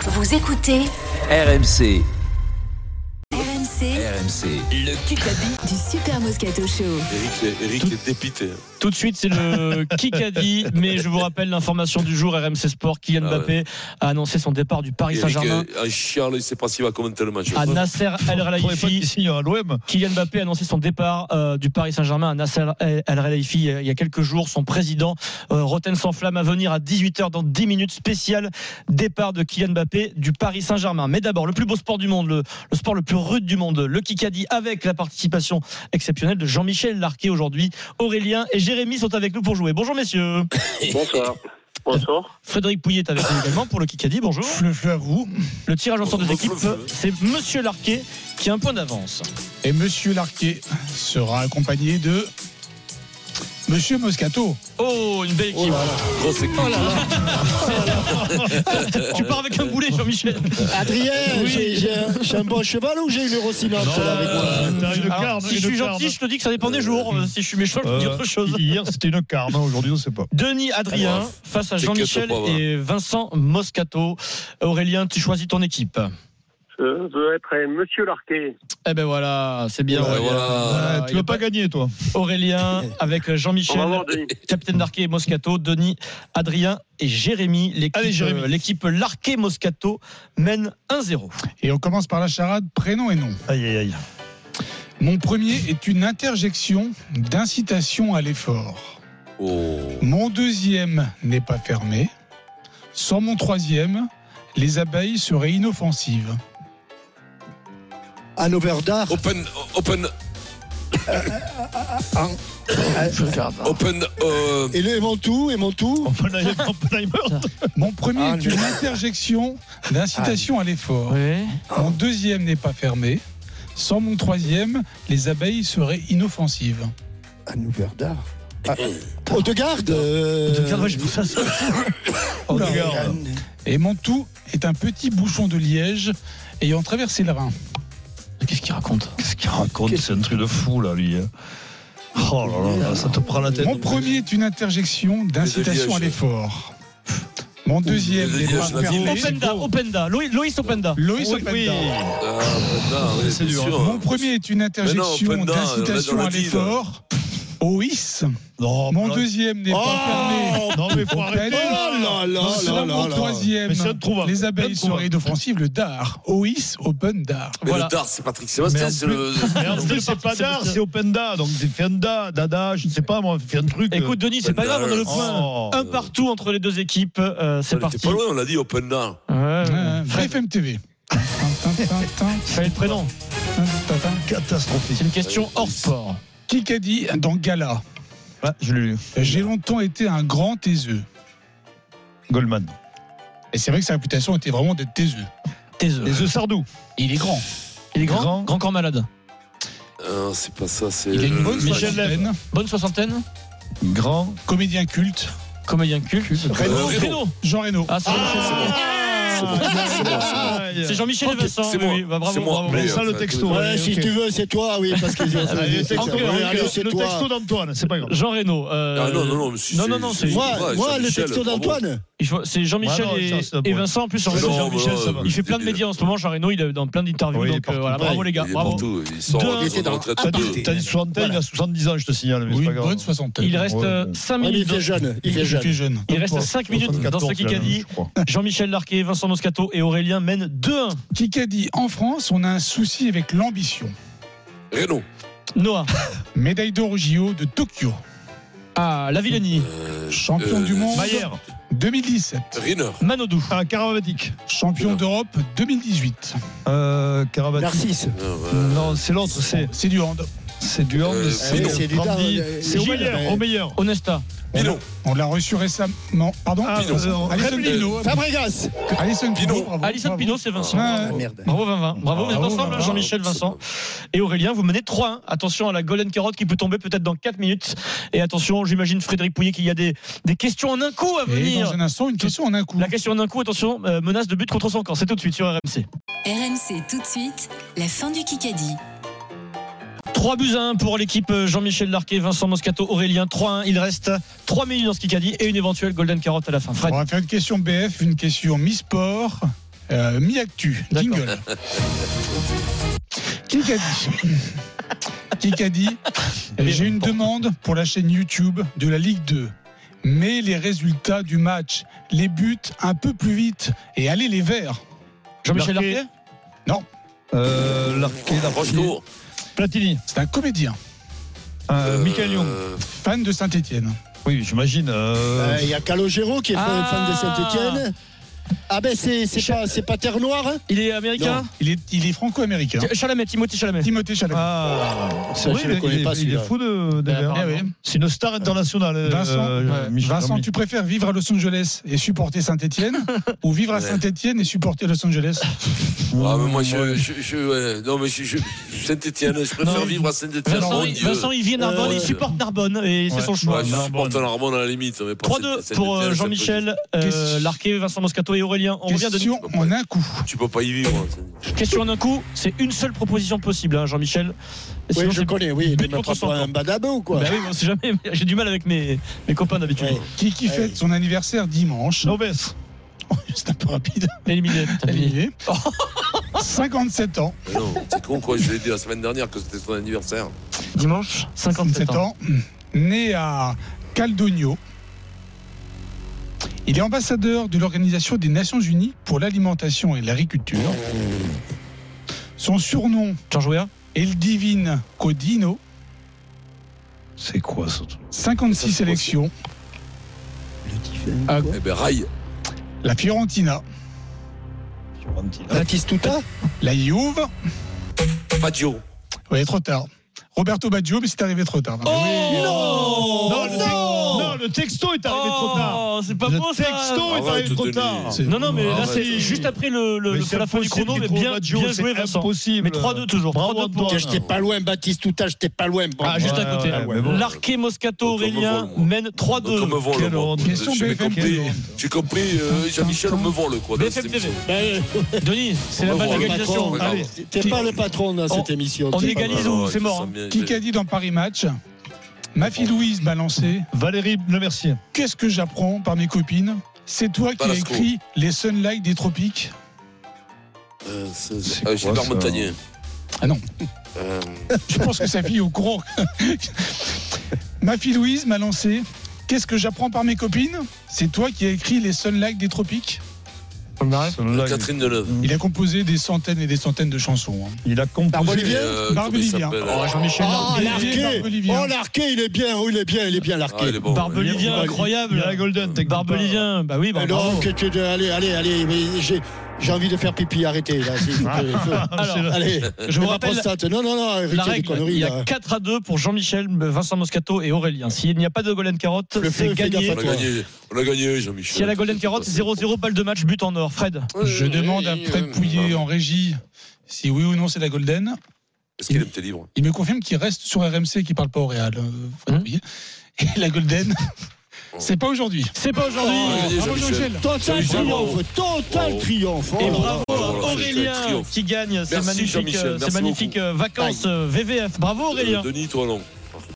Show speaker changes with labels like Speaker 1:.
Speaker 1: Vous écoutez
Speaker 2: RMC,
Speaker 1: RMC
Speaker 2: RMC, le Kikadi.
Speaker 1: du Super Moscato Show.
Speaker 3: Eric, est- Eric est dépité.
Speaker 4: Tout de suite, c'est le Kikadi, mais je vous rappelle l'information du jour RMC Sport. Kylian
Speaker 3: Ah ouais.
Speaker 4: Mbappé a annoncé son départ du Paris
Speaker 3: Eric,
Speaker 4: Saint-Germain Ah,
Speaker 3: euh, en chiant, là, il ne sait pas s'il va commenter le match.
Speaker 4: à Nasser El
Speaker 5: Faudrait pas qu'il
Speaker 4: Relaifi.
Speaker 5: signe à l'OM.
Speaker 4: Kylian Mbappé a annoncé son départ euh, du Paris Saint-Germain à Nasser El Relaifi euh, il y a quelques jours. Son président, euh, Roten sans flamme, à venir à 18h dans 10 minutes spécial départ de Kylian Mbappé du Paris Saint-Germain. Mais d'abord, le plus beau sport du monde, le, le sport le plus rude du monde, le Kikadi, avec la participation exceptionnelle de Jean-Michel Larquet aujourd'hui. Aurélien et Jérémy sont avec nous pour jouer. Bonjour messieurs.
Speaker 6: Bonsoir. Bonsoir.
Speaker 4: Frédéric Pouillet est avec nous également pour le Kikadi. Bonjour.
Speaker 5: Fleu, fleu à vous.
Speaker 4: Le tirage en sort des équipes,
Speaker 3: Bonjour.
Speaker 4: c'est Monsieur Larquet qui a un point d'avance.
Speaker 5: Et Monsieur Larquet sera accompagné de Monsieur Moscato.
Speaker 4: Oh, une belle équipe.
Speaker 3: Grosse équipe.
Speaker 4: tu pars avec un boulet, Jean-Michel.
Speaker 7: Adrien,
Speaker 4: Oui.
Speaker 7: j'ai- j'ai un- j'ai un bon cheval ou j'ai une Rosinox là, avec moi
Speaker 5: Euh, t'as une
Speaker 4: Alors,
Speaker 5: carne,
Speaker 4: si je
Speaker 5: une
Speaker 4: suis
Speaker 5: carne.
Speaker 4: gentil, je te dis que ça dépend des jours. Euh, Si je suis méchant, je te dis
Speaker 5: Euh,
Speaker 4: autre chose.
Speaker 5: Hier, c'était une carne. hein, Aujourd'hui, on ne sait pas.
Speaker 4: Denis Adrien
Speaker 3: Ouais.
Speaker 4: face à
Speaker 3: C'est
Speaker 4: Jean-Michel
Speaker 3: que toi, ouais.
Speaker 4: et Vincent Moscato. Aurélien, tu choisis ton équipe.
Speaker 6: Je veux euh, être un monsieur Larquet.
Speaker 4: Eh ben voilà, c'est bien.
Speaker 3: Ouais,
Speaker 4: Aurélien.
Speaker 3: voilà.
Speaker 4: Voilà,
Speaker 5: Ouais,
Speaker 4: il
Speaker 5: tu
Speaker 4: y a
Speaker 5: veux pas gagner, toi.
Speaker 4: Aurélien avec
Speaker 6: On va
Speaker 4: Jean-Michel,
Speaker 6: voir Denis.
Speaker 4: Capitaine Larquet et Moscato, Denis, Adrien et Jérémy. L'équipe,
Speaker 5: Allez, Jérémy.
Speaker 4: euh, L'équipe Larquet Moscato mène 1-0.
Speaker 5: Et on commence par la charade prénom et nom.
Speaker 4: Aïe aïe aïe.
Speaker 5: Mon premier est une interjection d'incitation à l'effort.
Speaker 3: Oh.
Speaker 5: Mon deuxième n'est pas fermé. Sans mon troisième, les abeilles seraient inoffensives.
Speaker 7: Un overdart
Speaker 3: Open, open, open. euh,
Speaker 7: Et le et mon tout, et mon tout
Speaker 5: Mon premier
Speaker 7: Ah,
Speaker 5: est une interjection d'incitation à
Speaker 4: Ah,
Speaker 5: l'effort. Mon deuxième n'est pas fermé. Sans mon troisième, les abeilles seraient inoffensives.
Speaker 7: Un overdart Ah, On te garde euh,
Speaker 8: Oh
Speaker 5: Oula. Et mon tout est un petit bouchon de liège ayant traversé le Rhin.
Speaker 4: Qu'est-ce qu'il raconte
Speaker 8: Qu'est-ce qu'il raconte C'est un truc de fou, là, lui. hein. Oh là là, ça te prend la tête.
Speaker 5: Mon premier est une interjection d'incitation
Speaker 3: Liège.
Speaker 5: à l'effort. Mon deuxième
Speaker 3: Le
Speaker 5: n'est pas
Speaker 3: Liège, la ville.
Speaker 5: fermé.
Speaker 4: Openda, Openda, Loï- Loïs Openda.
Speaker 5: Loïs
Speaker 4: Oui,
Speaker 5: Openda.
Speaker 4: oui.
Speaker 3: ah, non, oui,
Speaker 8: C'est
Speaker 3: bien
Speaker 8: dur,
Speaker 3: sûr.
Speaker 5: Mon premier est une
Speaker 3: Euh, Mais non,
Speaker 5: interjection
Speaker 3: Openda, on
Speaker 5: d'incitation
Speaker 3: l'a
Speaker 5: à
Speaker 3: dit, là.
Speaker 5: l'effort. Ois.
Speaker 8: Non,
Speaker 5: Mon
Speaker 8: mais là,
Speaker 5: deuxième n'est pas fermé. Non mais faut
Speaker 7: Oh là là là là
Speaker 5: Selon mon
Speaker 7: là.
Speaker 5: troisième,
Speaker 8: Mais c'est introuvable.
Speaker 5: les abeilles
Speaker 8: Introuvable.
Speaker 5: seraient inoffensives, le dard. OIS, Open Dard.
Speaker 3: Mais
Speaker 4: Voilà.
Speaker 3: le Dard, c'est Patrick
Speaker 8: Mais
Speaker 3: Sébastien.
Speaker 8: en
Speaker 3: C'est le.
Speaker 8: en plus, c'est pas d'art, c'est Openda. Donc c'est Fenda, Dada, je ne sais pas, moi, fais un truc.
Speaker 4: Écoute, Denis, c'est pas
Speaker 3: Openda,
Speaker 4: grave, on a le
Speaker 3: euh,
Speaker 4: point.
Speaker 8: Oh.
Speaker 4: Un partout entre les deux équipes. euh, c'est
Speaker 3: On était
Speaker 4: parti.
Speaker 3: pas loin, on l'a dit, open Dard.
Speaker 4: Ah Ouais,
Speaker 5: Euh,
Speaker 4: Fred,
Speaker 5: FM TV. Tin, tin, tin, tin,
Speaker 4: fallait le prénom.
Speaker 5: tin, tin, tin.
Speaker 8: catastrophique.
Speaker 4: C'est une question hors sport.
Speaker 5: Qui qu'a dit dans Gala
Speaker 8: Ah, je l'ai lu.
Speaker 5: J'ai longtemps été un grand taiseux.
Speaker 8: Goldman.
Speaker 5: Et c'est vrai que sa réputation était vraiment d'être taiseux.
Speaker 4: Tes œufs.
Speaker 8: Les œufs Sardou.
Speaker 5: Il est grand.
Speaker 4: Il est grand, grand,
Speaker 8: Grand.
Speaker 4: corps malade.
Speaker 3: Ah, c'est pas ça, c'est. Euh,
Speaker 5: Il a une bonne
Speaker 4: Michel
Speaker 5: soixantaine,
Speaker 4: Bonne soixantaine,
Speaker 8: Grand.
Speaker 5: comédien culte.
Speaker 4: comédien culte.
Speaker 3: Reynaud.
Speaker 4: Reynaud.
Speaker 5: Jean Reno.
Speaker 4: Ah, c'est Jean-Michel. C'est Jean-Michel et Vincent.
Speaker 3: C'est moi.
Speaker 4: Oui, bah, bravo,
Speaker 3: C'est moi.
Speaker 4: bravo.
Speaker 3: Mais,
Speaker 8: ça,
Speaker 3: euh,
Speaker 8: le
Speaker 3: enfin,
Speaker 8: texto.
Speaker 3: tout-
Speaker 7: Ouais, si
Speaker 8: ok.
Speaker 7: tu veux, c'est toi, oui, parce que
Speaker 8: Allez, c'est
Speaker 4: Encore,
Speaker 8: encore,
Speaker 7: Ouais, allez,
Speaker 8: encore.
Speaker 7: c'est
Speaker 8: le
Speaker 7: toi.
Speaker 8: texto d'Antoine, c'est pas grave.
Speaker 4: Jean Reno. euh,
Speaker 3: Ah non, non, non, mais si,
Speaker 4: non,
Speaker 3: c'est-
Speaker 4: non, non,
Speaker 3: c'est-
Speaker 4: c'est-
Speaker 3: ouais,
Speaker 7: Moi, moi le
Speaker 3: Jean-Michel,
Speaker 7: texto
Speaker 3: bravo.
Speaker 7: d'Antoine
Speaker 4: C'est Jean-Michel
Speaker 8: Ouais, non,
Speaker 4: et-
Speaker 8: c'est un
Speaker 4: et,
Speaker 8: point.
Speaker 4: Vincent en plus. Jean
Speaker 3: Non,
Speaker 4: Reno,
Speaker 3: mais,
Speaker 8: Jean-Michel, ça
Speaker 3: euh,
Speaker 8: va.
Speaker 4: il fait plein de
Speaker 3: il est-
Speaker 4: médias en ce moment. Jean Reno, il est dans plein d'interviews.
Speaker 8: Oui, il est
Speaker 4: donc euh,
Speaker 8: partout.
Speaker 4: voilà, bravo
Speaker 7: Ouais,
Speaker 4: les gars.
Speaker 3: Il est
Speaker 4: Bravo.
Speaker 3: partout, il sort
Speaker 4: Deux.
Speaker 3: de
Speaker 7: Il était
Speaker 3: son
Speaker 7: dans-
Speaker 3: retraite
Speaker 8: T'as
Speaker 3: de-
Speaker 8: dit, t'as dit 60 il a 70 ans, je te signale, mais c'est
Speaker 5: Oui,
Speaker 8: pas
Speaker 5: une
Speaker 8: grave.
Speaker 5: bonne soixantaine.
Speaker 4: Il reste
Speaker 8: Ouais,
Speaker 4: 5
Speaker 7: Ouais, mais
Speaker 4: minutes.
Speaker 7: Il
Speaker 4: de-
Speaker 7: fait jeune, il fait
Speaker 5: Il
Speaker 7: jeune.
Speaker 5: était jeune.
Speaker 4: Il reste 5 minutes dans ce
Speaker 8: 74, là,
Speaker 4: Kikadi.
Speaker 8: je crois.
Speaker 4: Jean-Michel Larquet, Vincent Moscato et Aurélien mènent 2-1.
Speaker 5: Qui qu'a dit en France, on a un souci avec l'ambition.
Speaker 3: Renaud.
Speaker 4: Noah.
Speaker 5: Médaille d'or au JO de Tokyo.
Speaker 4: Ah, la Villani.
Speaker 5: Champion
Speaker 3: euh,
Speaker 5: du monde
Speaker 8: Maillère.
Speaker 5: 2017.
Speaker 3: Rinner.
Speaker 4: Manodou.
Speaker 8: Ah, Karavatik.
Speaker 5: Champion d'Europe 2018.
Speaker 8: Euh, Karavatik.
Speaker 7: Narcisse.
Speaker 3: Non, ouais.
Speaker 8: Non, c'est l'autre,
Speaker 4: Eh.
Speaker 8: c'est
Speaker 5: C'est du hand.
Speaker 8: c'est du hand,
Speaker 3: Euh,
Speaker 8: c'est
Speaker 3: Milon.
Speaker 7: c'est du
Speaker 8: Brandy,
Speaker 7: dard, euh,
Speaker 8: c'est au
Speaker 7: Gilles, mais-
Speaker 8: meilleur, au meilleur.
Speaker 4: Onesta.
Speaker 3: Milon.
Speaker 5: On l'a reçu récemment. Pardon
Speaker 8: Ah,
Speaker 3: Milon.
Speaker 8: euh,
Speaker 5: Alison
Speaker 8: Remlin.
Speaker 5: Pino.
Speaker 7: Fabregas.
Speaker 5: Alison Pino.
Speaker 3: Pino.
Speaker 5: bravo,
Speaker 4: Alison
Speaker 5: bravo.
Speaker 4: Pinot, c'est Vincent.
Speaker 5: Ah,
Speaker 7: Ah, merde.
Speaker 4: Bravo 20-20. Bravo, vous êtes
Speaker 5: Bravo,
Speaker 4: ensemble, hein,
Speaker 5: bravo.
Speaker 4: Jean-Michel, Vincent et Aurélien. Vous menez 3-1. Attention à la Golden Carotte qui peut tomber peut-être dans 4 minutes. Et attention, j'imagine, Frédéric Pouillet, qu'il y a des, des questions en un coup à
Speaker 5: Et dans
Speaker 4: venir.
Speaker 5: un instant, une question en un coup.
Speaker 4: La question en un coup, attention, euh, menace de but contre son camp. C'est tout de suite sur RMC.
Speaker 1: RMC tout de suite, la fin du Kikadi.
Speaker 4: 3 buts à 1 pour l'équipe euh, Jean-Michel Larquet, Vincent Moscato, Aurélien. 3-1. Il reste 3 minutes dans ce Kikadi et une éventuelle Golden Carotte à la fin. Fred.
Speaker 5: On va faire une question BF, une question mi-sport. Euh, Mi-actu,
Speaker 4: D'accord.
Speaker 5: jingle. Qui qu'a dit Qui qu'a dit J'ai une demande pour la chaîne YouTube de la Ligue 2. Mais les résultats du match, les buts un peu plus vite et allez les verts.
Speaker 4: Jean-Michel
Speaker 8: Larquet.
Speaker 4: Larquet
Speaker 8: Euh, Larquet, Larquet.
Speaker 3: Rocheteau.
Speaker 4: Platini.
Speaker 5: C'est un comédien,
Speaker 8: Euh, Michael Young.
Speaker 3: Euh,
Speaker 5: fan de Saint-Etienne.
Speaker 8: Oui, j'imagine.
Speaker 7: Il
Speaker 8: euh,
Speaker 7: y a Calogero qui est
Speaker 4: Ah.
Speaker 7: fan de Saint-Etienne. Ah ben c'est c'est pas, c'est pas Terre Noire hein
Speaker 4: Il est américain
Speaker 5: Il est, il est franco-américain.
Speaker 4: Chalamet, Timothy Chalamet.
Speaker 5: Timothée Chalamet.
Speaker 8: Ah,
Speaker 7: Ça,
Speaker 8: oui,
Speaker 7: je
Speaker 8: il,
Speaker 7: le
Speaker 8: est-
Speaker 7: connais
Speaker 8: il est-
Speaker 7: pas,
Speaker 8: il est
Speaker 7: celui-là.
Speaker 8: fou de, de
Speaker 4: Bah,
Speaker 8: Verre.
Speaker 5: eh oui.
Speaker 8: C'est une star internationale. euh,
Speaker 5: Vincent,
Speaker 8: euh,
Speaker 4: ouais.
Speaker 8: Michel
Speaker 5: Vincent,
Speaker 8: Lamy.
Speaker 5: tu préfères vivre à Los Angeles et supporter Saint-Etienne ou vivre à
Speaker 3: Ouais.
Speaker 5: Saint-Etienne et supporter Los Angeles
Speaker 3: ah, mais moi, je. je, je ouais, non, mais je. je Saint-Etienne, je préfère
Speaker 4: Non,
Speaker 3: vivre à Saint-Etienne.
Speaker 4: Vincent,
Speaker 3: mon
Speaker 4: il-
Speaker 3: Dieu.
Speaker 4: Vincent, il vient de Narbonne,
Speaker 3: Euh,
Speaker 4: il supporte Narbonne et c'est
Speaker 8: Ouais.
Speaker 4: son
Speaker 3: Ouais,
Speaker 4: choix.
Speaker 3: je supporte un Armand à la limite, mais pas
Speaker 4: 3-2
Speaker 3: Saint-Etienne,
Speaker 4: pour euh,
Speaker 3: Saint-Etienne,
Speaker 4: Jean-Michel euh,
Speaker 5: Question-
Speaker 4: Larquet, Vincent Moscato et Aurélien. On revient de
Speaker 5: Question en un coup.
Speaker 3: Tu peux pas y vivre. hein, Saint-Etienne.
Speaker 4: question en un coup. C'est une seule proposition possible, hein, Jean-Michel.
Speaker 7: Oui,
Speaker 4: Sinon,
Speaker 7: je
Speaker 4: c'est-
Speaker 7: connais, oui.
Speaker 4: but
Speaker 7: Mais
Speaker 4: contre
Speaker 7: pas pour
Speaker 4: son
Speaker 7: un
Speaker 4: camp.
Speaker 7: badabo ou quoi
Speaker 4: Bah oui, on sait jamais. mais J'ai du mal avec mes, mes copains d'habitude.
Speaker 7: Ouais.
Speaker 5: Qui, qui fête son anniversaire dimanche Oh,
Speaker 4: Lopez.
Speaker 5: C'est un peu rapide.
Speaker 4: Éliminé. t'as éliminé.
Speaker 5: Éliminé. 57 ans.
Speaker 3: Mais Non, c'est con quoi, je l'ai dit la semaine dernière que c'était son anniversaire.
Speaker 4: Dimanche, 57
Speaker 5: 57
Speaker 4: ans.
Speaker 5: ans. Né à Caldogno. Il est ambassadeur de l'Organisation des Nations Unies pour l'alimentation et l'agriculture. Son surnom,
Speaker 4: Georges Weah.
Speaker 5: Eldivine Codino.
Speaker 8: C'est quoi ce truc
Speaker 5: 56
Speaker 3: Ça, c'est
Speaker 5: sélections. Ah,
Speaker 3: Eh ben, rail.
Speaker 5: La Fiorentina,
Speaker 7: Batistuta
Speaker 5: la Juve.
Speaker 3: Padio.
Speaker 5: Oui, trop tard. Roberto Baggio, mais c'est arrivé trop tard.
Speaker 4: Oh non
Speaker 8: non, le te- non, le texto est arrivé trop tard.
Speaker 4: Oh, c'est pas
Speaker 8: le
Speaker 4: beau ça
Speaker 8: texto
Speaker 7: Ah
Speaker 8: est
Speaker 3: Arrête
Speaker 8: arrivé
Speaker 3: de
Speaker 8: trop
Speaker 3: donner-
Speaker 8: tard.
Speaker 5: C'est-
Speaker 4: Non, non, mais là,
Speaker 3: Arrête.
Speaker 4: c'est juste après le, le-
Speaker 8: Mais
Speaker 4: le-
Speaker 8: c'est
Speaker 4: la fin du
Speaker 8: impossible,
Speaker 4: chrono, mais
Speaker 8: Nicolas
Speaker 4: bien,
Speaker 8: Baggio,
Speaker 4: bien
Speaker 8: c'est
Speaker 4: joué, Vincent.
Speaker 8: impossible.
Speaker 4: Mais 3-2 toujours. 3-2
Speaker 8: Bravo,
Speaker 4: pour
Speaker 8: Antoine.
Speaker 7: J'étais pas loin, Batistuta, j'étais pas loin. bon.
Speaker 4: Ah, juste à côté.
Speaker 8: Ouais, ouais, bon.
Speaker 4: Larqué, Moscato,
Speaker 3: Donc, on me
Speaker 4: Aurélien
Speaker 3: vole, moi. Donc
Speaker 4: mène
Speaker 3: on me
Speaker 4: 3-2.
Speaker 3: vole.
Speaker 8: Quelle
Speaker 3: moi.
Speaker 8: honte.
Speaker 3: Je
Speaker 5: Question
Speaker 3: j'ai
Speaker 5: BFM
Speaker 3: compris,
Speaker 5: TV.
Speaker 3: j'ai compris euh, Jean-Michel, on me vole quoi. dans
Speaker 4: BFM
Speaker 3: cette
Speaker 4: TV.
Speaker 3: émission.
Speaker 7: Ben,
Speaker 4: Bah, euh, Denis, c'est la
Speaker 3: On me
Speaker 4: balle
Speaker 3: vole.
Speaker 4: d'égalisation.
Speaker 7: patron,
Speaker 4: Allez.
Speaker 7: T'es pas le patron dans cette
Speaker 4: On-
Speaker 7: émission.
Speaker 4: on
Speaker 7: t'es
Speaker 4: est
Speaker 7: pas
Speaker 4: égalise.
Speaker 7: le-
Speaker 4: Galise ou c'est mort,
Speaker 3: ça
Speaker 4: hein.
Speaker 3: me-
Speaker 5: Qui qu'a dit dans Paris Match Ma fille Louise m'a lancé
Speaker 8: Valérie Le Mercier.
Speaker 5: Qu'est-ce que j'apprends par mes copines C'est toi qui as
Speaker 3: Balasco.
Speaker 5: écrit Les Sunlight des Tropiques.
Speaker 3: Euh, c'est-
Speaker 8: C'est
Speaker 3: euh,
Speaker 8: quoi,
Speaker 3: Gilbert
Speaker 8: ça
Speaker 3: Montagnier.
Speaker 5: Ah non.
Speaker 3: Euh,
Speaker 5: Je pense que sa fille est au courant. Ma fille Louise m'a lancé Qu'est-ce que j'apprends par mes copines C'est toi qui as écrit Les Sunlight des Tropiques.
Speaker 8: Celui-là,
Speaker 3: Catherine Deneuve.
Speaker 5: Il a composé des centaines et des centaines de chansons. hein.
Speaker 8: Il a composé.
Speaker 7: Barbolivier
Speaker 3: Euh, comment il
Speaker 5: Barbelivien.
Speaker 3: s'appelle
Speaker 4: Oh, Jean-Michel
Speaker 7: Ah,
Speaker 5: Olivier
Speaker 7: l'arqué
Speaker 5: Barbelivien.
Speaker 7: Oh, l'arqué, il est bien, oui, il est bien, il est bien,
Speaker 3: Ah,
Speaker 7: l'arqué.
Speaker 3: il est bon.
Speaker 4: Oh, Barbelivien,
Speaker 7: Olivier.
Speaker 4: incroyable.
Speaker 8: Il y a la Golden, t'es-
Speaker 4: Barbelivien, bah oui, bah, bravo.
Speaker 7: Alors, que tu allez, allez, allez, mais j'ai j'ai envie de faire pipi, arrêtez là. s'il vous plaît, feu.
Speaker 4: Alors,
Speaker 7: Allez,
Speaker 4: je vous
Speaker 7: ma
Speaker 4: rappelle
Speaker 7: prostate. Non, non, non, arrêtez
Speaker 4: la
Speaker 7: les
Speaker 4: règle.
Speaker 7: conneries,
Speaker 4: Il y
Speaker 7: là.
Speaker 4: a 4 à 2 pour Jean-Michel, Vincent Moscato et Aurélien. S'il n'y a pas de Golden Carotte,
Speaker 7: Le
Speaker 4: c'est
Speaker 7: feu, fais
Speaker 4: gagné.
Speaker 7: gaffe
Speaker 3: On a gagné, on a gagné Jean-Michel.
Speaker 4: S'il y a la Golden Carotte, 0-0, balle de match, but en or. Fred.
Speaker 5: Je demande à Fred Pouillet en régie si oui ou non c'est la Golden.
Speaker 3: Est-ce qu'il aime tes
Speaker 4: Oh,
Speaker 3: livres
Speaker 5: Il me confirme qu'il reste sur RMC et qu'il parle pas au Real. euh, Fred
Speaker 4: Hein
Speaker 5: Pouillet. Et la Golden, c'est pas aujourd'hui.
Speaker 4: C'est pas aujourd'hui.
Speaker 3: Oh, Jean-Michel.
Speaker 5: Bravo Jean-Michel.
Speaker 7: Total
Speaker 3: Salut,
Speaker 7: triomphe, total
Speaker 3: Bravo.
Speaker 7: triomphe.
Speaker 4: Et
Speaker 7: Oh là là.
Speaker 4: bravo
Speaker 3: bravo,
Speaker 4: à
Speaker 3: bravo, c'est un
Speaker 4: Aurélien
Speaker 3: triomphe.
Speaker 4: qui gagne ces
Speaker 3: Merci,
Speaker 4: magnifiques,
Speaker 3: Jean-Michel,
Speaker 4: euh, ces
Speaker 3: merci
Speaker 4: magnifiques, euh, vacances euh, VVF. Bravo Aurélien.
Speaker 3: Euh, Denis, toi non.